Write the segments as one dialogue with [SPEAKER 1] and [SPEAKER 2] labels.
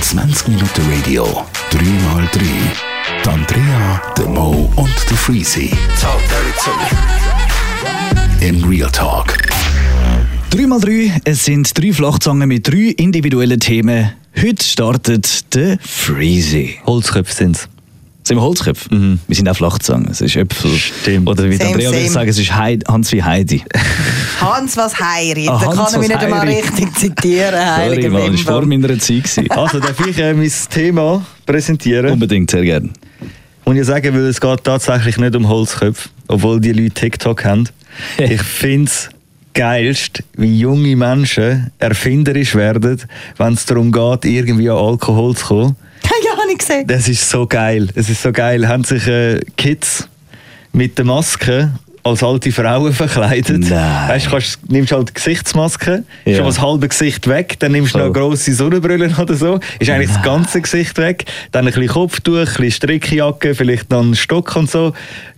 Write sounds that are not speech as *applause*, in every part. [SPEAKER 1] 20 Minuten Radio, 3x3. Die Andrea, der Mo und der Freezy. Im Real Talk.
[SPEAKER 2] 3x3, es sind drei Flachzangen mit drei individuellen Themen. Heute startet der Freezy.
[SPEAKER 3] Holzköpfe sind's.
[SPEAKER 2] Sind wir Holzköpfe?
[SPEAKER 3] Mhm.
[SPEAKER 2] Wir sind auch Flachzangen. Es ist Äpfel.
[SPEAKER 3] Stimmt.
[SPEAKER 2] Oder wie die
[SPEAKER 4] Same,
[SPEAKER 2] Andrea würde
[SPEAKER 4] same.
[SPEAKER 2] sagen, es ist Heidi, Hans wie Heidi.
[SPEAKER 4] Hans was heiri,
[SPEAKER 2] Ah,
[SPEAKER 4] da
[SPEAKER 2] Hans
[SPEAKER 4] kann
[SPEAKER 2] was
[SPEAKER 4] ich mich nicht einmal
[SPEAKER 2] heiri.
[SPEAKER 4] richtig zitieren.
[SPEAKER 2] Sorry,
[SPEAKER 4] Heiliger
[SPEAKER 2] Mann, das war vor
[SPEAKER 4] Wimbo.
[SPEAKER 2] meiner Zeit.
[SPEAKER 3] *laughs*
[SPEAKER 2] gewesen.
[SPEAKER 3] Also darf ich äh, mein Thema präsentieren
[SPEAKER 2] Unbedingt, sehr gerne.
[SPEAKER 3] und ich sagen, weil es geht tatsächlich nicht um Holzköpfe, obwohl die Leute TikTok haben. Ich finde es geilst, wie junge Menschen erfinderisch werden, wenn es darum geht, irgendwie an Alkohol zu kommen.
[SPEAKER 4] Ja, habe ich gesehen.
[SPEAKER 3] Das ist so geil. Es ist so geil. Haben sich äh, Kids mit der Maske als alte Frauen *laughs* verkleidet.
[SPEAKER 2] Nein.
[SPEAKER 3] Weißt, du kannst, nimmst halt die Gesichtsmaske,
[SPEAKER 2] Ja.
[SPEAKER 3] schon mal das halbe Gesicht weg, dann nimmst du noch
[SPEAKER 2] Oh.
[SPEAKER 3] eine grosse Sonnenbrille *laughs* oder so, ist eigentlich das ganze Gesicht weg, dann ein bisschen Kopftuch, ein bisschen Strickjacke, vielleicht noch einen Stock und so,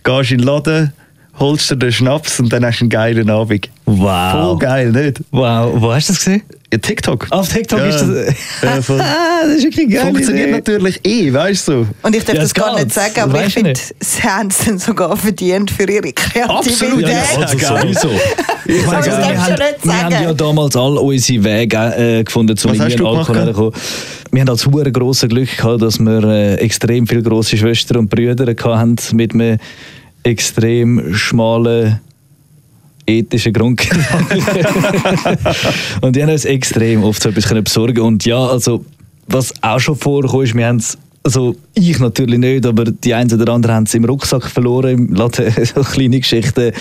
[SPEAKER 3] gehst in den Laden, holst dir den Schnaps und dann hast du einen geilen Abend.
[SPEAKER 2] Wow.
[SPEAKER 3] Voll geil, nicht?
[SPEAKER 2] Wow, wo hast du das gesehen?
[SPEAKER 3] Ja, TikTok.
[SPEAKER 2] Auf TikTok
[SPEAKER 3] ja.
[SPEAKER 2] ist das.
[SPEAKER 3] Ja, voll.
[SPEAKER 2] Ah, *laughs* das ist wirklich geil.
[SPEAKER 3] Funktioniert natürlich eh, weißt du.
[SPEAKER 4] Und ich darf
[SPEAKER 2] Ja,
[SPEAKER 4] das gar
[SPEAKER 2] geht's.
[SPEAKER 4] nicht sagen, aber
[SPEAKER 2] Weißt
[SPEAKER 4] ich
[SPEAKER 2] du
[SPEAKER 4] finde,
[SPEAKER 2] nicht?
[SPEAKER 4] sie haben es dann sogar verdient für ihre
[SPEAKER 3] Absolut,
[SPEAKER 2] Ja,
[SPEAKER 4] Kreativität.
[SPEAKER 2] ja,
[SPEAKER 3] Idee.
[SPEAKER 2] also
[SPEAKER 3] Geil.
[SPEAKER 4] *laughs*
[SPEAKER 2] sowieso. Ich
[SPEAKER 3] meine,
[SPEAKER 4] das
[SPEAKER 2] wir,
[SPEAKER 4] darfst du
[SPEAKER 2] haben,
[SPEAKER 4] nicht
[SPEAKER 2] wir haben
[SPEAKER 4] sagen.
[SPEAKER 2] ja damals all unsere Wege äh, gefunden, zum
[SPEAKER 3] Was hast
[SPEAKER 2] irgendwie
[SPEAKER 3] du
[SPEAKER 2] an Alkohol
[SPEAKER 3] gemacht?
[SPEAKER 2] herzukommen. Wir haben als hure grosses Glück gehabt, dass wir äh, extrem viele grosse Schwestern und Brüder hatten mit einem extrem schmalen ethischen Grund.
[SPEAKER 3] *laughs*
[SPEAKER 2] und die haben uns extrem oft so etwas können besorgen Und ja, also, was auch schon vorkam, ist, wir haben es, also ich natürlich nicht, aber die einen oder anderen haben es im Rucksack verloren, im Laden, *laughs* so kleine Geschichten.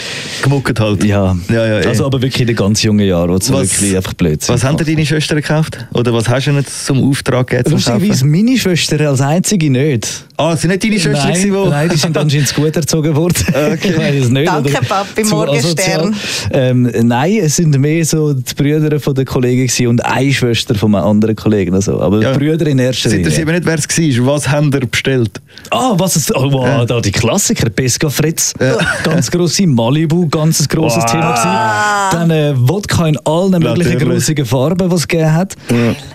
[SPEAKER 3] Gemuckt halt.
[SPEAKER 2] Ja,
[SPEAKER 3] ja, ja eh.
[SPEAKER 2] also aber wirklich in den ganz jungen Jahren, wo es wirklich einfach blöd
[SPEAKER 3] Was haben dir deine Schwestern gekauft? Oder was hast du ihnen zum Auftrag gegeben? zum
[SPEAKER 2] Also Lustigerweise
[SPEAKER 3] Kaufen?
[SPEAKER 2] meine Schwester als einzige nicht.
[SPEAKER 3] Ah, sind nicht deine Schwestern,
[SPEAKER 2] Nein,
[SPEAKER 3] gewesen, die.
[SPEAKER 2] nein, die
[SPEAKER 3] *laughs*
[SPEAKER 2] sind anscheinend gut erzogen worden.
[SPEAKER 3] Okay.
[SPEAKER 2] Ich weiß es nicht,
[SPEAKER 4] Danke,
[SPEAKER 2] oder
[SPEAKER 4] Papi,
[SPEAKER 2] zu
[SPEAKER 4] Morgenstern.
[SPEAKER 2] asozial. Ähm, nein, es sind mehr so die Brüder von der Kollegen gewesen und eine Schwester von einem anderen Kollegen. Also. Aber
[SPEAKER 3] Ja.
[SPEAKER 2] Brüder in erster
[SPEAKER 3] Sind das
[SPEAKER 2] Linie.
[SPEAKER 3] eben nicht, wer es war? Was haben ihr bestellt?
[SPEAKER 2] Ah, was ist. Oh, wow,
[SPEAKER 3] Ja.
[SPEAKER 2] da die Klassiker. Pesca Fritz. Ganz grosse Malibu, ganz ein grosses
[SPEAKER 3] Wow.
[SPEAKER 2] Thema. Gewesen. Dann äh, Wodka in allen möglichen
[SPEAKER 3] Natürlich.
[SPEAKER 2] grusigen Farben, die es gegeben hat.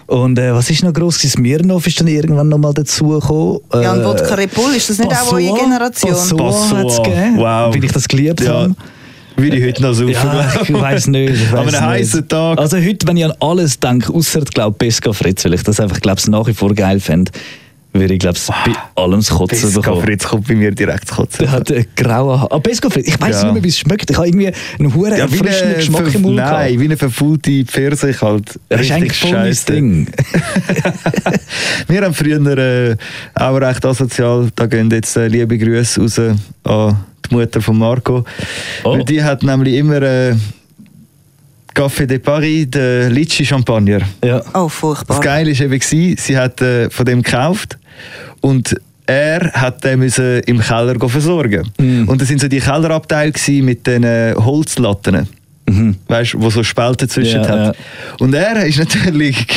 [SPEAKER 2] Und äh, was ist noch gross? gewesen? Smirnoff ist dann irgendwann nochmal dazugekommen. Äh,
[SPEAKER 4] Ja, und Wodka Red Bull, ist das nicht auch eure Generation?
[SPEAKER 2] Passoir hat es
[SPEAKER 3] Passoir.
[SPEAKER 2] gegeben.
[SPEAKER 3] Wow.
[SPEAKER 2] Weil ich das geliebt
[SPEAKER 3] Ja.
[SPEAKER 2] habe.
[SPEAKER 3] Würde ich heute noch so
[SPEAKER 2] Ja, ich weiß nicht. Ich
[SPEAKER 3] An
[SPEAKER 2] weiss
[SPEAKER 3] einem
[SPEAKER 2] nicht.
[SPEAKER 3] heißen Tag.
[SPEAKER 2] Also heute, wenn ich an alles denke, außer glaube Pesca Fritz, weil ich das einfach glaub's, nach wie vor geil fände, würde ich glaub's, bei allem das Kotzen
[SPEAKER 3] Pesca
[SPEAKER 2] bekommen.
[SPEAKER 3] Fritz kommt bei mir direkt zu kotzen.
[SPEAKER 2] Der hat äh, graue Haare. Ah, Pesco Fritz. Ich weiß
[SPEAKER 3] Ja.
[SPEAKER 2] nicht mehr, wie es schmeckt. Ich habe irgendwie einen hohen
[SPEAKER 3] Ja, wie
[SPEAKER 2] erfrischenden
[SPEAKER 3] eine,
[SPEAKER 2] Geschmack
[SPEAKER 3] ver-
[SPEAKER 2] im Mund.
[SPEAKER 3] nein,
[SPEAKER 2] gehabt.
[SPEAKER 3] wie eine verfaulte Pfirsich halt.
[SPEAKER 2] das ist
[SPEAKER 3] Richtig
[SPEAKER 2] eigentlich voll mein
[SPEAKER 3] scheisse. *laughs*
[SPEAKER 2] Ding.
[SPEAKER 3] Wir haben früher äh, auch recht asozial. Da gehen jetzt äh, liebe Grüße raus an die Mutter von Marco.
[SPEAKER 2] Oh.
[SPEAKER 3] Weil die hat nämlich immer äh, Café de Paris, den Litschi Champagner.
[SPEAKER 2] Ja.
[SPEAKER 4] Oh,
[SPEAKER 3] Das
[SPEAKER 4] furchtbar.
[SPEAKER 3] Geile war eben, gewesen, sie hat äh, von dem gekauft und er hat den müssen im Keller go versorgen.
[SPEAKER 2] Mhm.
[SPEAKER 3] Und das sind so die Kellerabteile gewesen mit den äh, Holzlatten. Weißt du, wo so Spalten zwischen
[SPEAKER 2] Mhm. Ja,
[SPEAKER 3] hat.
[SPEAKER 2] ja.
[SPEAKER 3] Und er ist natürlich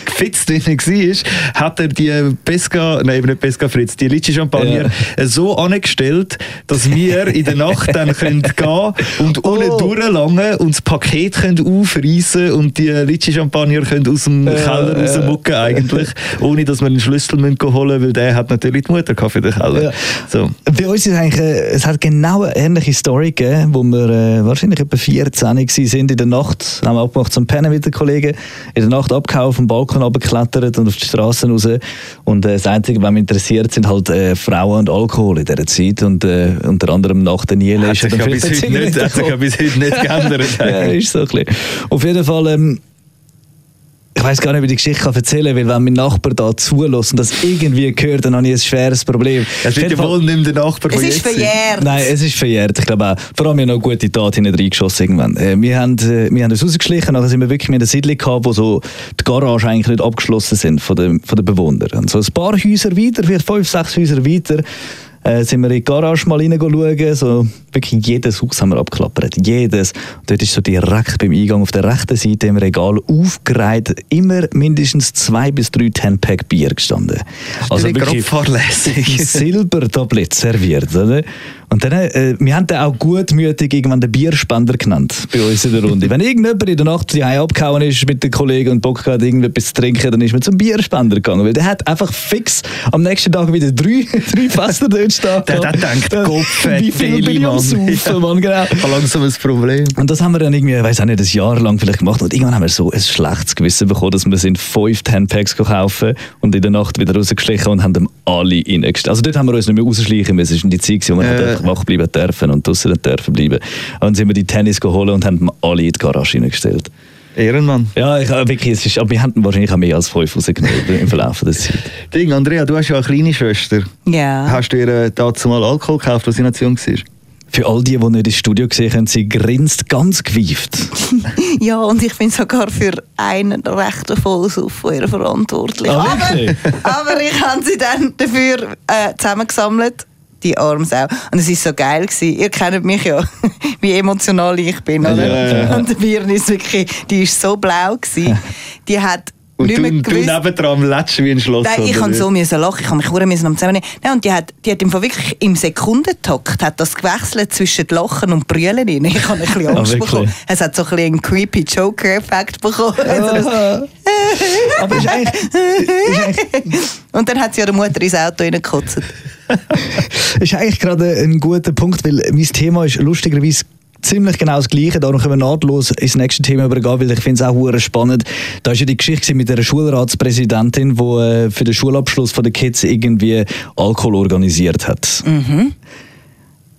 [SPEAKER 3] *laughs* gefitzt, wie er war, hat er die Pesca, nein, eben nicht Pesca Fritz, die Litschi Champagner so angestellt, dass wir in der Nacht
[SPEAKER 2] *laughs*
[SPEAKER 3] dann können gehen und unten
[SPEAKER 2] Oh.
[SPEAKER 3] durchlangen und das Paket können aufreißen und die Litschi Champagner können aus dem
[SPEAKER 2] Ja,
[SPEAKER 3] Keller
[SPEAKER 2] ja.
[SPEAKER 3] rausmucken eigentlich, ohne dass wir einen Schlüssel müssen holen müssen, weil der hat natürlich die Mutter gehabt für den Keller.
[SPEAKER 2] Ja.
[SPEAKER 3] So.
[SPEAKER 2] Bei uns ist eigentlich, äh, es hat genau eine ähnliche Story gegeben, wo wir äh, wahrscheinlich etwa 14 waren, sind in der Nacht, haben wir abgemacht zum Pennen mit den Kollegen, in der Nacht abgehauen, auf den Balkon runtergeklettert und auf die Straße raus. Und äh, das Einzige, was mich interessiert, sind halt äh, Frauen und Alkohol in dieser Zeit. Und äh, unter anderem nach der Niele
[SPEAKER 3] Hat sich ja
[SPEAKER 2] dann
[SPEAKER 3] bis
[SPEAKER 2] vielleicht
[SPEAKER 3] heute
[SPEAKER 2] eine
[SPEAKER 3] nicht,
[SPEAKER 2] Zigarette
[SPEAKER 3] hat sich ja
[SPEAKER 2] gekommen.
[SPEAKER 3] bis heute nicht *laughs* geändert.
[SPEAKER 2] *laughs* Ja,
[SPEAKER 3] eigentlich.
[SPEAKER 2] ist so ein bisschen. Auf jeden Fall, ähm, ich weiß gar nicht, wie ich die Geschichte kann erzählen kann, weil wenn mein Nachbar da zulässt und das irgendwie hört, dann habe ich ein schweres Problem.
[SPEAKER 3] Es
[SPEAKER 2] Auf jeden
[SPEAKER 3] wird ja
[SPEAKER 2] Fall-
[SPEAKER 3] wohl nicht mehr der Nachbar
[SPEAKER 4] Es
[SPEAKER 3] von
[SPEAKER 4] ist
[SPEAKER 3] jetzt sein.
[SPEAKER 4] verjährt.
[SPEAKER 2] Nein, es ist verjährt. Ich glaube auch. Vor allem, wir haben noch gute Tat hinten reingeschossen irgendwann. Äh, wir, haben, äh, wir haben uns rausgeschlichen, nachher sind wir wirklich mit einer Siedlung gehabt, wo so die Garage eigentlich nicht abgeschlossen sind von den, von den Bewohnern. Und so ein paar Häuser weiter, vielleicht fünf, sechs Häuser weiter, äh, sind wir in die Garage mal hineinschauen. So wirklich jedes Haus haben wir abgeklappert. Jedes. Und dort ist so direkt beim Eingang auf der rechten Seite im Regal aufgereiht immer mindestens zwei bis drei Ten-Pack Bier gestanden. Also
[SPEAKER 3] Also wirklich fahrlässig.
[SPEAKER 2] Silbertablett serviert. Oder? Und dann, äh, wir haben den auch gutmütig irgendwann den Bierspender genannt bei uns in der Runde. Wenn irgendjemand in der Nacht die abgehauen ist mit den Kollegen und Bock hat, irgendetwas zu trinken, dann ist man zum Bierspender gegangen. Weil der hat einfach fix am nächsten Tag wieder drei, *laughs* drei Fässer dort stehen.
[SPEAKER 3] Der hat
[SPEAKER 2] gehabt.
[SPEAKER 3] gedacht, Kopf, äh,
[SPEAKER 2] Wie viel bin ich am Saufen, Mann, genau.
[SPEAKER 3] Ich habe langsam ein Problem.
[SPEAKER 2] Und das haben wir dann irgendwie, weiß auch nicht, ein Jahr lang vielleicht gemacht. Und irgendwann haben wir so ein schlechtes Gewissen bekommen, dass wir sind fünf Handpacks kaufen und in der Nacht wieder rausgeschlichen und haben dem alle reingestellt. Also dort haben wir uns nicht mehr rausschleichen müssen. Es war die Zeit, gewesen, wo wir
[SPEAKER 3] Äh.
[SPEAKER 2] äh. wach bleiben dürfen und draußen dürfen bleiben. Und dann sind wir die Tennis geholt und haben dem alle in die Garage reingestellt.
[SPEAKER 3] Ehrenmann.
[SPEAKER 2] Ja, ich, äh, wirklich, es ist, aber wir haben wahrscheinlich auch mehr als fünf rausgenommen im Verlauf der Zeit.
[SPEAKER 3] Ding, Andrea, du hast ja eine kleine Schwester.
[SPEAKER 4] Ja.
[SPEAKER 3] Hast du ihr äh, dazu mal Alkohol gekauft, als sie in der Nation war?
[SPEAKER 2] Für all die, die nicht ins Studio gesehen haben, sie grinst ganz gewieft.
[SPEAKER 4] Ja, und ich bin sogar für einen rechten Vollsuff ihrer verantwortlich.
[SPEAKER 2] Ah,
[SPEAKER 3] Oh,
[SPEAKER 4] *laughs*
[SPEAKER 2] wirklich?
[SPEAKER 4] aber, aber ich habe sie dann dafür äh, zusammengesammelt. Die Arms auch. Und es war so geil. Gewesen. Ihr kennt mich ja, *laughs* wie emotional ich bin. Oder?
[SPEAKER 3] Ja, ja.
[SPEAKER 4] Und der Birne ist wirklich, die war so blau.
[SPEAKER 3] *laughs*
[SPEAKER 4] Gewesen. Die hat
[SPEAKER 3] Und
[SPEAKER 4] nicht mehr
[SPEAKER 3] du, du
[SPEAKER 4] gewusst.
[SPEAKER 3] nebendran lätschst wie ein Schloss.
[SPEAKER 4] Nein, ich
[SPEAKER 3] oder
[SPEAKER 4] kann
[SPEAKER 3] wie?
[SPEAKER 4] so müssen lachen, ich kann mich hure müssen am zusammennehmen. Nein, und die hat, die hat im Fall wirklich im Sekundentakt hat das gewechselt zwischen Lachen und Brüllen rein. *laughs* Ich habe ein bisschen
[SPEAKER 2] Ah,
[SPEAKER 4] Angst
[SPEAKER 2] wirklich?
[SPEAKER 4] bekommen. Es hat so ein bisschen einen creepy Joker-Effekt bekommen. Also das-
[SPEAKER 2] *laughs* aber ist eigentlich,
[SPEAKER 4] und dann hat sie ihre Mutter ins Auto reingekotzt.
[SPEAKER 2] *laughs* ist eigentlich gerade ein guter Punkt, weil mein Thema ist lustigerweise ziemlich genau das gleiche, darum können wir nahtlos ins nächste Thema übergehen, weil ich finde es auch hure spannend. Da war ja die Geschichte mit der Schulratspräsidentin, die äh, für den Schulabschluss der Kids irgendwie Alkohol organisiert hat.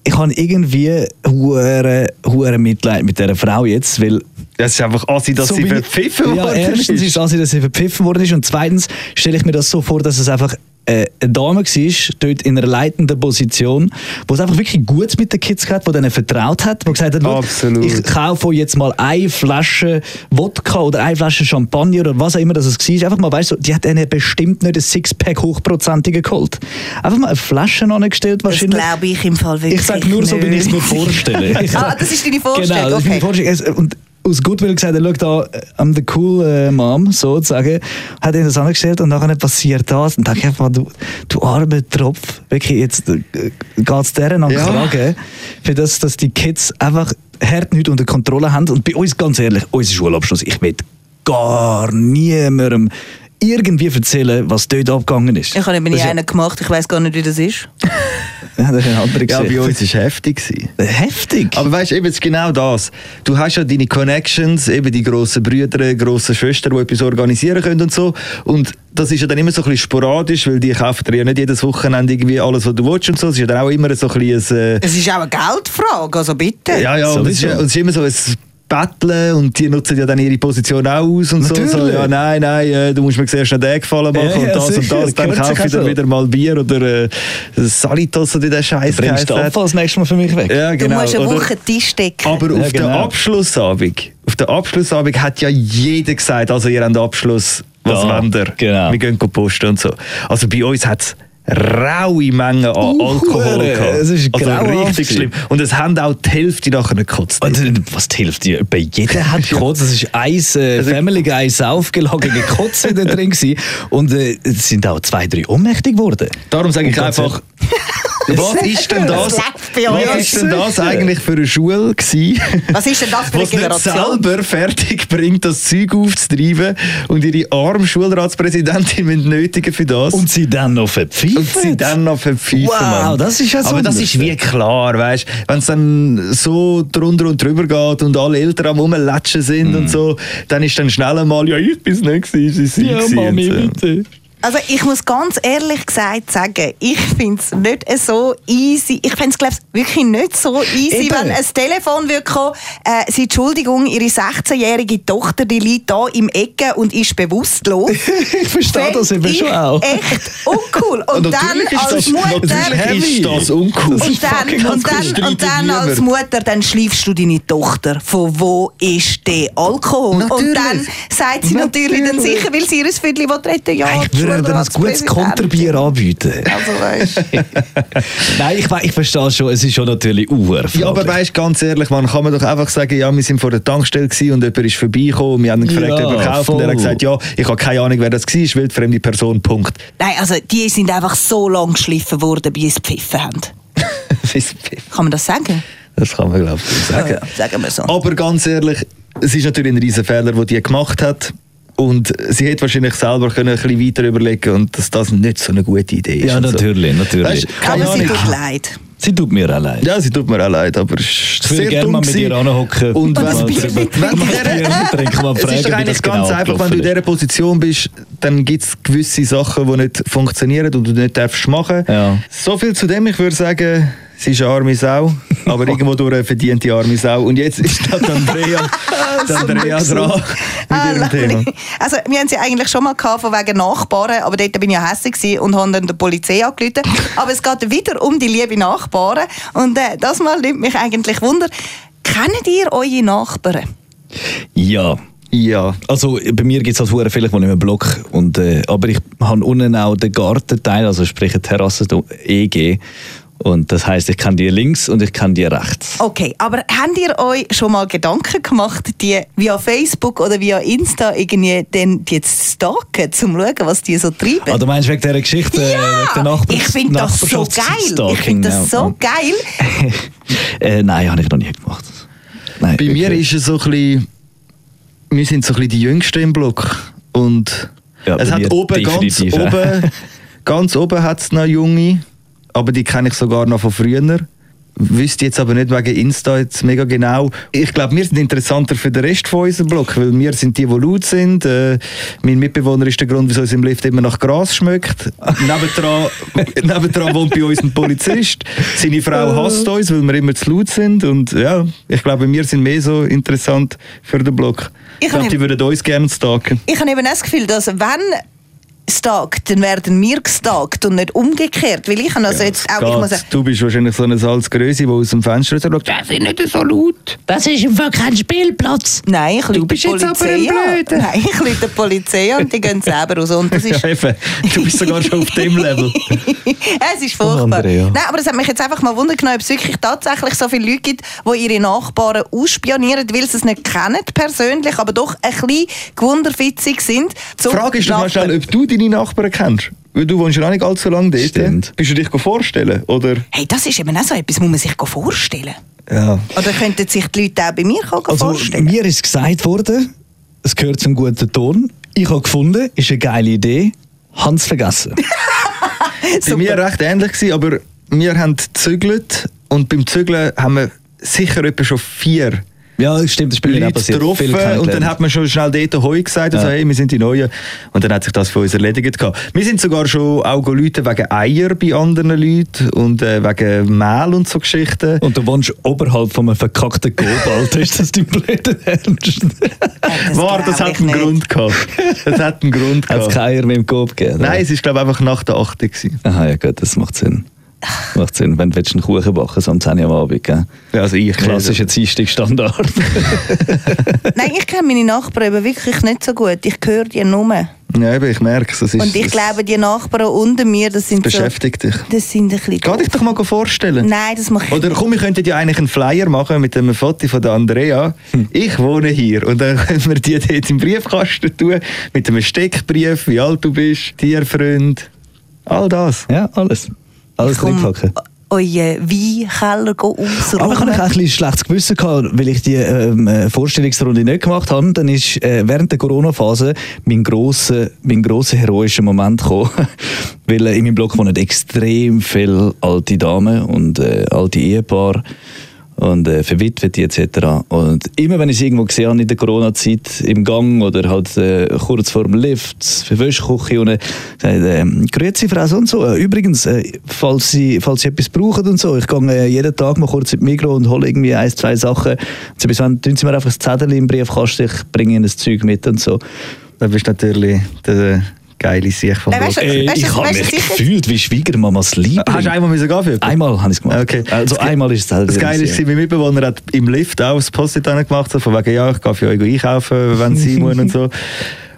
[SPEAKER 2] Ich habe irgendwie hure hure Mitleid mit dieser Frau jetzt, weil
[SPEAKER 3] Das ist einfach assi, dass sie
[SPEAKER 2] wie-
[SPEAKER 3] verpfiffen
[SPEAKER 2] ja,
[SPEAKER 3] worden
[SPEAKER 2] erstens ist
[SPEAKER 3] ist.
[SPEAKER 2] das, dass sie verpfiffen worden ist und zweitens stelle ich mir das so vor, dass es einfach äh, eine Dame war, dort in einer leitenden Position, wo es einfach wirklich gut mit den Kids gehabt, die denen vertraut hat, wo gesagt hat, «Schau,
[SPEAKER 3] Absolut.
[SPEAKER 2] ich kaufe euch jetzt mal eine Flasche Wodka oder eine Flasche Champagner oder was auch immer das war. Einfach mal, weißt du, die hat ihnen bestimmt nicht ein Sixpack hochprozentiger geholt. Einfach mal eine Flasche angestellt
[SPEAKER 4] Das
[SPEAKER 2] wahrscheinlich.
[SPEAKER 4] glaube ich im Fall wirklich
[SPEAKER 2] Ich sage nur so, wie ich es mir vorstelle. Ich-
[SPEAKER 4] *laughs* Ah, das ist deine Vorstellung,
[SPEAKER 2] Genau, das ist meine
[SPEAKER 4] okay.
[SPEAKER 2] Vorstellung. Es- Und aus Goodwill gesagt, er schaut da, äh, I'm the cool äh, Mom, sozusagen, hat ihn das angestellt und nachher passiert das. Und dachte ich einfach mal, du, du armer Tropf, wirklich, jetzt äh, geht's deren an den
[SPEAKER 3] Ja.
[SPEAKER 2] Kragen, für das, dass die Kids einfach hart nicht unter Kontrolle haben. Und bei uns, ganz ehrlich, unser Schulabschluss, ich will gar niemandem irgendwie erzählen, was dort abgegangen ist.
[SPEAKER 4] Ich habe eben nie
[SPEAKER 2] Das ist ja-
[SPEAKER 4] einen gemacht, ich weiß gar nicht, wie das ist.
[SPEAKER 2] Ja, *laughs* das ist eine andere
[SPEAKER 3] Ja, bei
[SPEAKER 2] Geschichte.
[SPEAKER 3] uns war heftig. Gewesen.
[SPEAKER 2] Heftig.
[SPEAKER 3] Aber weißt du, eben ist genau das. Du hast ja deine Connections, eben die grossen Brüder, grossen Schwestern, die etwas organisieren können und so. Und das ist ja dann immer so ein bisschen sporadisch, weil die kaufen dir ja nicht jedes Wochenende irgendwie alles, was du willst und so. Es ist ja dann auch immer so ein bisschen ein, äh,
[SPEAKER 4] Es ist auch eine Geldfrage, also bitte.
[SPEAKER 3] Ja, ja, und es, ist,
[SPEAKER 2] Sowieso.
[SPEAKER 3] und es ist immer so ein Betteln und die nutzen ja dann ihre Position auch aus und
[SPEAKER 2] Natürlich.
[SPEAKER 3] so. so. Ja, nein, nein, äh, du musst mir zuerst noch den Gefallen machen
[SPEAKER 2] Ja,
[SPEAKER 3] und
[SPEAKER 2] ja,
[SPEAKER 3] das
[SPEAKER 2] sicher,
[SPEAKER 3] und das. Dann
[SPEAKER 2] gehört sich
[SPEAKER 3] kaufe ich
[SPEAKER 2] auch
[SPEAKER 3] dann
[SPEAKER 2] so.
[SPEAKER 3] wieder mal Bier oder äh, Salitos oder den Scheiß.
[SPEAKER 2] Bringst du den Abfall das nächste Mal für mich weg?
[SPEAKER 3] Ja,
[SPEAKER 4] du
[SPEAKER 3] genau.
[SPEAKER 4] musst eine
[SPEAKER 3] oder-
[SPEAKER 4] Woche Tisch decken.
[SPEAKER 3] aber
[SPEAKER 2] Ja,
[SPEAKER 3] auf der
[SPEAKER 2] genau.
[SPEAKER 3] Abschlussabend, auf der Abschlussabend hat ja jeder gesagt, also ihr habt Abschluss, was
[SPEAKER 2] Ja,
[SPEAKER 3] wollt ihr?
[SPEAKER 2] genau.
[SPEAKER 3] Wir gehen posten und so. Also bei uns hat es raue Mengen an
[SPEAKER 2] Uh,
[SPEAKER 3] Alkohol
[SPEAKER 2] Hure,
[SPEAKER 3] gehabt.
[SPEAKER 2] es ist
[SPEAKER 3] also
[SPEAKER 2] grauenhaft
[SPEAKER 3] richtig
[SPEAKER 2] gewesen.
[SPEAKER 3] schlimm. Und es haben auch die Hälfte nachher nicht gekotzt.
[SPEAKER 2] Und äh, was die hilft dir? Bei *laughs* jeder hat gekotzt. Das ist ein äh,
[SPEAKER 3] Also-
[SPEAKER 2] Family Guy aufgelagene Kotze da drin gewesen. Und äh, es sind auch zwei, drei ohnmächtig geworden.
[SPEAKER 3] Darum sage ich
[SPEAKER 2] Und ganz
[SPEAKER 3] einfach, was ist denn das?
[SPEAKER 4] Das läuft bei
[SPEAKER 3] Was
[SPEAKER 4] uns.
[SPEAKER 3] ist denn das eigentlich für eine Schule gewesen?
[SPEAKER 4] Was ist denn das für eine
[SPEAKER 3] Was nicht
[SPEAKER 4] Generation?
[SPEAKER 3] selber fertig bringt, das Zeug aufzutreiben und ihre arme Schulratspräsidentin mit nötigen für das.
[SPEAKER 2] Und sie dann noch verpfeifen.
[SPEAKER 3] Und sie dann noch verpfeifen.
[SPEAKER 2] Wow,
[SPEAKER 3] Mann.
[SPEAKER 2] das ist ja das
[SPEAKER 3] Aber das
[SPEAKER 2] Anderste.
[SPEAKER 3] ist wie klar, weißt Wenn es dann so drunter und drüber geht und alle Eltern am Rumlatschen sind
[SPEAKER 4] Mhm.
[SPEAKER 3] und so, dann ist dann schnell einmal, ja, ich bin es nicht, gewesen, es war sie.
[SPEAKER 2] Ja,
[SPEAKER 3] gewesen
[SPEAKER 2] Mami,
[SPEAKER 3] und so.
[SPEAKER 2] bitte. *laughs*
[SPEAKER 4] Also ich muss ganz ehrlich gesagt sagen, ich finde es nicht so easy. Ich fände es glaube ich wirklich nicht so easy,
[SPEAKER 2] Eben.
[SPEAKER 4] wenn ein Telefon würde kommen, äh, Sie, Entschuldigung, Ihre 16-jährige Tochter, die liegt da im Ecke und
[SPEAKER 2] *laughs*
[SPEAKER 4] ist bewusstlos.
[SPEAKER 2] Ich verstehe das
[SPEAKER 4] Fänd
[SPEAKER 2] eben
[SPEAKER 4] ich
[SPEAKER 2] schon auch.
[SPEAKER 4] Echt uncool. Und,
[SPEAKER 3] natürlich
[SPEAKER 4] dann
[SPEAKER 3] ist
[SPEAKER 4] als
[SPEAKER 3] das-
[SPEAKER 4] Mutter...
[SPEAKER 3] natürlich ist das uncool. Das
[SPEAKER 4] Und
[SPEAKER 3] ist fucking
[SPEAKER 4] dann, und
[SPEAKER 3] uncool.
[SPEAKER 4] dann, und
[SPEAKER 3] Streitet
[SPEAKER 4] dann als
[SPEAKER 3] niemand.
[SPEAKER 4] Mutter, dann schleifst du deine Tochter. Von wo ist der Alkohol?
[SPEAKER 3] Natürlich.
[SPEAKER 4] Und dann sagt sie natürlich, dann
[SPEAKER 3] Natürlich.
[SPEAKER 4] sicher, weil sie ihr Viertel retten will, ja.
[SPEAKER 2] ich würde dir ein gutes
[SPEAKER 4] Schulratspräsident.
[SPEAKER 2] Konterbier anbieten.
[SPEAKER 3] *laughs*
[SPEAKER 4] Also weißt
[SPEAKER 2] Nein, ich, we- ich verstehe schon, es ist schon natürlich uhr.
[SPEAKER 3] Ja, aber weißt ganz ehrlich, man kann man doch einfach sagen, ja, wir sind vor der Tankstelle gewesen und jemand ist vorbeigekommen und wir haben ihn gefragt,
[SPEAKER 2] Ja,
[SPEAKER 3] ob er kauft. Und
[SPEAKER 2] voll.
[SPEAKER 3] er hat gesagt, ja, ich habe keine Ahnung, wer das war, ist wildfremde Person, Punkt. *laughs*
[SPEAKER 4] Nein, also die sind einfach so lang geschliffen worden, bis sie es gepfiffen haben.
[SPEAKER 3] Bis Pfiff.
[SPEAKER 4] Kann man das sagen?
[SPEAKER 3] Das kann man, glaube ich, sagen.
[SPEAKER 4] Ah ja, sagen wir so.
[SPEAKER 3] Aber ganz ehrlich, es ist natürlich ein riesen Fehler, den die gemacht hat. Und sie hätte wahrscheinlich selber können ein bisschen weiter überlegen und dass das nicht so eine gute Idee ist.
[SPEAKER 2] Ja,
[SPEAKER 3] und
[SPEAKER 2] natürlich,
[SPEAKER 3] so.
[SPEAKER 2] natürlich.
[SPEAKER 3] Weißt, keine
[SPEAKER 4] Aber sie
[SPEAKER 3] Ahnung.
[SPEAKER 4] tut leid.
[SPEAKER 2] Sie tut mir auch leid.
[SPEAKER 3] Ja, sie tut mir auch leid, aber es ist
[SPEAKER 2] Ich würde
[SPEAKER 3] sehr
[SPEAKER 2] gerne
[SPEAKER 3] dumm
[SPEAKER 2] mal mit
[SPEAKER 3] gewesen.
[SPEAKER 2] ihr anhocken.
[SPEAKER 3] Und wenn,
[SPEAKER 4] das Bier
[SPEAKER 2] wenn,
[SPEAKER 4] mittrinken.
[SPEAKER 2] wenn,
[SPEAKER 3] Wenn du in *laughs*
[SPEAKER 2] wenn, trinken, mal fragen,
[SPEAKER 3] es
[SPEAKER 2] wie
[SPEAKER 3] ist doch
[SPEAKER 2] das
[SPEAKER 3] eigentlich ganz
[SPEAKER 2] genau
[SPEAKER 3] einfach, wenn du in
[SPEAKER 2] abgelaufen
[SPEAKER 3] dieser Position bist, dann gibt es gewisse Sachen, die nicht funktionieren und du nicht darfst machen.
[SPEAKER 2] Ja.
[SPEAKER 3] So viel zu dem, ich würde sagen, sie ist eine arme Sau,
[SPEAKER 2] *laughs*
[SPEAKER 3] aber irgendwo durch eine verdiente arme Sau. Und jetzt ist das Andrea,
[SPEAKER 2] *laughs*
[SPEAKER 3] die Andrea dran
[SPEAKER 4] Ah,
[SPEAKER 3] mit ihrem Thema.
[SPEAKER 4] Lachli. Also, wir haben sie eigentlich schon mal gehabt, von wegen Nachbarn, aber dort bin ich ja hässlich gewesen und haben dann der Polizei
[SPEAKER 2] *laughs*
[SPEAKER 4] angerufen. Aber es geht wieder um die liebe Nachbarn und äh, das mal nimmt mich eigentlich Wunder. Kennt ihr eure Nachbarn?
[SPEAKER 2] ist. Ja.
[SPEAKER 3] Ja.
[SPEAKER 2] Also bei mir gibt es halt hure viele, die im Block und, äh, aber ich habe unten auch den Gartenteil, also sprich eine Terrasse do- EG und das heißt, ich kann die links und ich kann die rechts.
[SPEAKER 4] Okay, aber habt ihr euch schon mal Gedanken gemacht, die via Facebook oder via Insta irgendwie denn die jetzt stalken, um zu schauen, was die so treiben?
[SPEAKER 2] Ah, du meinst wegen dieser Geschichte, äh, wegen der Nachbar
[SPEAKER 4] ich finde das so geil. Ich finde das so
[SPEAKER 2] *laughs*
[SPEAKER 4] geil.
[SPEAKER 2] geil. äh, nein, habe ich noch nie gemacht. Nein,
[SPEAKER 3] Bei mir
[SPEAKER 2] wirklich.
[SPEAKER 3] ist es so ein bisschen, wir sind so ein bisschen die Jüngsten im Block und
[SPEAKER 2] Ja,
[SPEAKER 3] es
[SPEAKER 2] bei
[SPEAKER 3] hat
[SPEAKER 2] mir
[SPEAKER 3] oben ganz
[SPEAKER 2] definitiv, ja.
[SPEAKER 3] oben, ganz oben hat es noch Junge, aber die kenne ich sogar noch von früher. Wüsste jetzt aber nicht wegen Insta jetzt mega genau. Ich glaube, wir sind interessanter für den Rest von unserem Block, weil wir sind die, die laut sind. Äh, mein Mitbewohner ist der Grund, wieso es im Lift immer nach Gras schmeckt. nebendran, *laughs* nebendran wohnt bei uns ein Polizist. Seine Frau hasst uns, weil wir immer zu laut sind. Und ja, ich glaube, wir sind mehr so interessant für den Block.
[SPEAKER 4] Ich
[SPEAKER 3] Ich glaube,
[SPEAKER 4] nehm-
[SPEAKER 3] die würden uns gerne stalken.
[SPEAKER 4] Ich habe eben auch das Gefühl, dass wenn stalkt, dann werden wir gestalkt und nicht umgekehrt. Weil ich habe also jetzt auch, ich
[SPEAKER 3] Geht.
[SPEAKER 4] muss sagen,
[SPEAKER 3] du bist wahrscheinlich so eine Salzgröße, die aus dem Fenster raus schaut. Das ist nicht so laut.
[SPEAKER 5] Das ist im Fall kein Spielplatz.
[SPEAKER 4] Nein, ich lüte
[SPEAKER 3] bist
[SPEAKER 4] die
[SPEAKER 3] jetzt aber
[SPEAKER 4] Polizei
[SPEAKER 3] ein
[SPEAKER 4] an.
[SPEAKER 3] Blöder.
[SPEAKER 4] Nein, ich lüte die Polizei an und die gehen selber
[SPEAKER 3] *laughs*
[SPEAKER 4] raus. Und das ist
[SPEAKER 3] Ja, eben. Du bist sogar schon auf dem
[SPEAKER 4] *laughs*
[SPEAKER 3] Level. Oh,
[SPEAKER 4] es ist furchtbar.
[SPEAKER 2] Andrea.
[SPEAKER 4] Nein, aber es hat mich jetzt einfach mal wundern genommen, ob es wirklich tatsächlich so viele Leute gibt, die ihre Nachbarn ausspionieren, weil sie es nicht kennen persönlich, aber doch ein bisschen gewunderfitzig sind.
[SPEAKER 3] Die
[SPEAKER 4] zum
[SPEAKER 3] Frage ist doch mal
[SPEAKER 4] Nachbarn.
[SPEAKER 3] schnell, ob du deine Nachbarn kennst. Weil du wohnst ja noch nicht allzu lange dort.
[SPEAKER 2] Stimmt.
[SPEAKER 3] Bist du dich vorstellen? Oder?
[SPEAKER 4] Hey, das ist eben auch so etwas, muss man sich vorstellen.
[SPEAKER 3] Ja.
[SPEAKER 4] Oder könnten sich die Leute auch bei mir
[SPEAKER 2] Also
[SPEAKER 4] vorstellen?
[SPEAKER 2] mir ist gesagt worden, es gehört zum guten Ton. Ich habe gefunden, ist eine geile Idee. Hans vergessen.
[SPEAKER 3] Bei
[SPEAKER 4] *laughs*
[SPEAKER 3] mir recht ähnlich gewesen, aber wir haben gezügelt und beim Zügeln haben wir sicher etwa schon vier
[SPEAKER 2] *laughs* ja, stimmt, das ist bei mir auch
[SPEAKER 3] Leute
[SPEAKER 2] passiert. Viel
[SPEAKER 3] getroffen und
[SPEAKER 2] kennengelernt.
[SPEAKER 3] dann hat man schon schnell dort Hoi gesagt und
[SPEAKER 2] Ja.
[SPEAKER 3] so, hey, wir sind die Neuen. Und dann hat sich das für uns erledigt gehabt. Wir sind sogar schon auch Leute wegen Eier bei anderen Leuten und äh, wegen Mehl und so Geschichten.
[SPEAKER 2] Und du wohnst oberhalb von einem verkackten *laughs* Kobold. ist das dein blöder *laughs* Ernst?
[SPEAKER 4] Ah, Das
[SPEAKER 3] War, das
[SPEAKER 4] glaub
[SPEAKER 3] hat
[SPEAKER 4] ich
[SPEAKER 3] einen Grund
[SPEAKER 4] nicht.
[SPEAKER 3] gehabt. Das hat einen Grund
[SPEAKER 2] Hat es
[SPEAKER 3] gehabt.
[SPEAKER 2] keiner mit dem Kob gegeben?
[SPEAKER 3] Nein, es war glaube ich einfach nach der 8. gewesen.
[SPEAKER 2] Aha, ja gut, das macht Sinn. Macht Sinn, wenn du willst einen Kuchen backen so um 10 Uhr am Abend. Gell?
[SPEAKER 3] Ja, also ich.
[SPEAKER 2] Klassischer *laughs* Dienstagstandard.
[SPEAKER 4] Nein, ich kenne meine Nachbarn eben wirklich nicht so gut. Ich höre die nur.
[SPEAKER 3] Ja, eben, ich merke es. ist-
[SPEAKER 4] Und ich
[SPEAKER 3] es
[SPEAKER 4] glaube, die Nachbarn unter mir, das sind
[SPEAKER 3] beschäftigt dich.
[SPEAKER 4] so... Das sind ein bisschen...
[SPEAKER 3] Geh dich doch mal vorstellen.
[SPEAKER 4] Nein, das mache ich
[SPEAKER 3] Oder komm, wir könnten ja eigentlich einen Flyer machen mit einem Foto von der Andrea. Ich wohne hier. Und dann *laughs* können wir die dort im Briefkasten tun. Mit einem Steckbrief, wie alt du bist, Tierfreund. All das.
[SPEAKER 2] ja, alles. Alles reinpacken.
[SPEAKER 4] euren Weinkeller
[SPEAKER 3] Ah,
[SPEAKER 4] ausräumen.
[SPEAKER 2] Aber ich hatte auch ein bisschen schlechtes Gewissen, gehabt, weil ich die ähm, äh, Vorstellungsrunde nicht gemacht habe. Dann ist äh, während der Corona-Phase mein grosser, mein grosser heroischer Moment gekommen. *laughs* weil äh, in meinem Blog wohnen extrem viele alte Damen und äh, alte Ehepaare und äh, Verwitwete etc. Und immer wenn ich sie irgendwo gesehen habe in der Corona-Zeit, im Gang oder halt äh, kurz vor dem Lift, für die Wäschküche und äh, gesagt, ähm, «Grüezi, Frau so und so. Äh, Übrigens, äh, falls, sie, falls Sie etwas brauchen und so, ich gehe äh, jeden Tag mal kurz in die Migros und hole irgendwie ein, zwei Sachen. Und Sie bis wann tun Sie mir einfach ein Zettel im Briefkasten, ich bringe Ihnen das Zeug mit und so.»
[SPEAKER 3] Da bist du natürlich der geile Sieg vom
[SPEAKER 4] Nein,
[SPEAKER 3] Blog.
[SPEAKER 4] weißt du,
[SPEAKER 2] äh,
[SPEAKER 4] weißt du,
[SPEAKER 2] Ich habe
[SPEAKER 4] weißt du
[SPEAKER 2] mich
[SPEAKER 4] sicher-
[SPEAKER 2] gefühlt wie Schwiegermamas Liebe.
[SPEAKER 3] Hast du einmal müssen gehen für etwas?
[SPEAKER 2] Einmal habe ich es gemacht.
[SPEAKER 3] Okay.
[SPEAKER 2] Also
[SPEAKER 3] Das Ge-
[SPEAKER 2] einmal ist es selber.
[SPEAKER 3] Das Geile ist, mein Mitbewohner hat im Lift auch ein Post-it gemacht, so von wegen, ja, ich gehe für euch einkaufen, wenn es sein muss und so.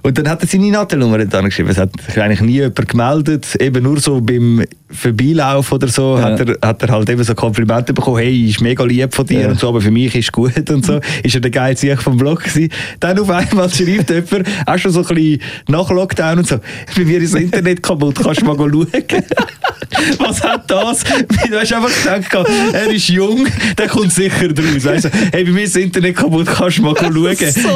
[SPEAKER 3] Und dann hat er seine Nadelnummer dann geschrieben. Es hat sich eigentlich nie jemand gemeldet. Eben nur so beim Vorbeilaufen oder so
[SPEAKER 2] Ja.
[SPEAKER 3] hat, er, hat er halt eben so Komplimente bekommen. Hey, ist mega lieb von dir
[SPEAKER 2] Ja.
[SPEAKER 3] und so, aber für mich ist gut
[SPEAKER 2] *laughs*
[SPEAKER 3] und so. Ist er der geile Sieg vom Blog gewesen. Dann auf einmal schreibt *laughs* jemand, auch schon so ein bisschen nach Lockdown und so, bei mir ist das Internet kaputt, kannst du mal schauen. *laughs* Was hat das? Du hast einfach gedacht, gehabt, er ist jung, der kommt sicher draus. Weißt du, hey, bei mir ist das Internet kaputt, kannst du mal schauen.
[SPEAKER 2] so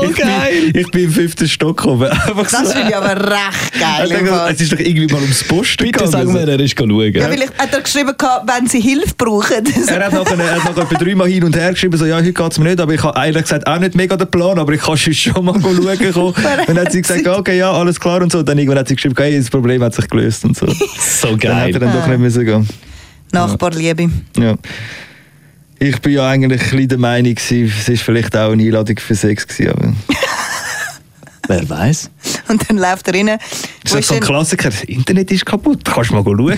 [SPEAKER 3] ich
[SPEAKER 2] geil.
[SPEAKER 3] Bin, ich bin im fünften Stock oben. *laughs* Einfach so.
[SPEAKER 4] Das finde
[SPEAKER 3] *laughs*
[SPEAKER 4] ich aber recht geil.
[SPEAKER 3] Ich
[SPEAKER 4] im
[SPEAKER 3] denke,
[SPEAKER 4] Fall.
[SPEAKER 3] es ist doch irgendwie mal ums Posten
[SPEAKER 2] Bitte sag
[SPEAKER 3] also.
[SPEAKER 2] mir, er ist schauen.
[SPEAKER 4] Ja, vielleicht hat er geschrieben, gehabt, wenn sie Hilfe brauchen.
[SPEAKER 3] Er
[SPEAKER 4] *laughs*
[SPEAKER 3] hat noch, er hat noch etwa dreimal hin und her geschrieben, so, ja, heute geht es mir nicht, aber ich habe eigentlich gesagt, auch nicht mega den Plan, aber ich kann sonst schon mal schauen kommen. Dann hat sie gesagt, okay, ja, alles klar und so. Dann irgendwann hat sie geschrieben, hey, das Problem hat sich gelöst und so.
[SPEAKER 2] So
[SPEAKER 3] Dann hat er
[SPEAKER 2] geil.
[SPEAKER 3] dann doch nicht müssen gehen.
[SPEAKER 4] Nachbarliebe.
[SPEAKER 3] Ja. Ich bin ja eigentlich ein bisschen der Meinung, gewesen, es war vielleicht auch eine Einladung für Sex. Gewesen, aber
[SPEAKER 2] Wer weiß?
[SPEAKER 4] Und dann läuft er rein.
[SPEAKER 3] das
[SPEAKER 4] Wo
[SPEAKER 3] ist so ein
[SPEAKER 4] denn-
[SPEAKER 3] Klassiker, das Internet ist kaputt, kannst du mal schauen kommen.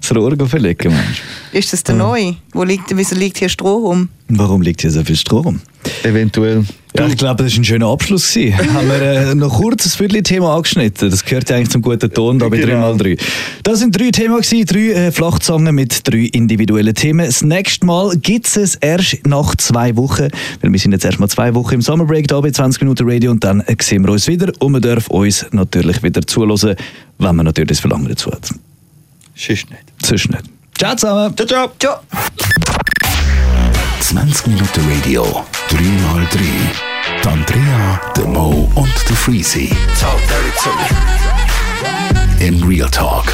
[SPEAKER 2] Das Rohr gehen verlegen, Mensch.
[SPEAKER 4] ist das der Neue? Wo liegt, wieso liegt hier Stroh rum?
[SPEAKER 2] Warum liegt hier so viel Strom?
[SPEAKER 3] Eventuell.
[SPEAKER 2] Ja, ich glaube, das war ein schöner Abschluss. gewesen. *laughs* haben wir äh, noch kurz das Viertel-Thema angeschnitten. Das gehört ja eigentlich zum guten Ton da bei
[SPEAKER 3] Genau.
[SPEAKER 2] 3x3. Das sind drei Themen, gewesen, drei äh, Flachzangen mit drei individuellen Themen. Das nächste Mal gibt es es erst nach zwei Wochen, weil wir sind jetzt erst mal zwei Wochen im Summerbreak da bei 20 Minuten Radio und dann äh, sehen wir uns wieder und wir dürfen uns natürlich wieder zuhören, wenn man natürlich das Verlangen dazu hat.
[SPEAKER 3] Sonst nicht.
[SPEAKER 2] Sonst nicht. Ciao zusammen!
[SPEAKER 3] Ciao, ciao.
[SPEAKER 4] Ciao.
[SPEAKER 1] 20 Minuten Radio, 3x3. Die Andrea, der Mo und der Freezy. Talk dirty to me. In Real Talk.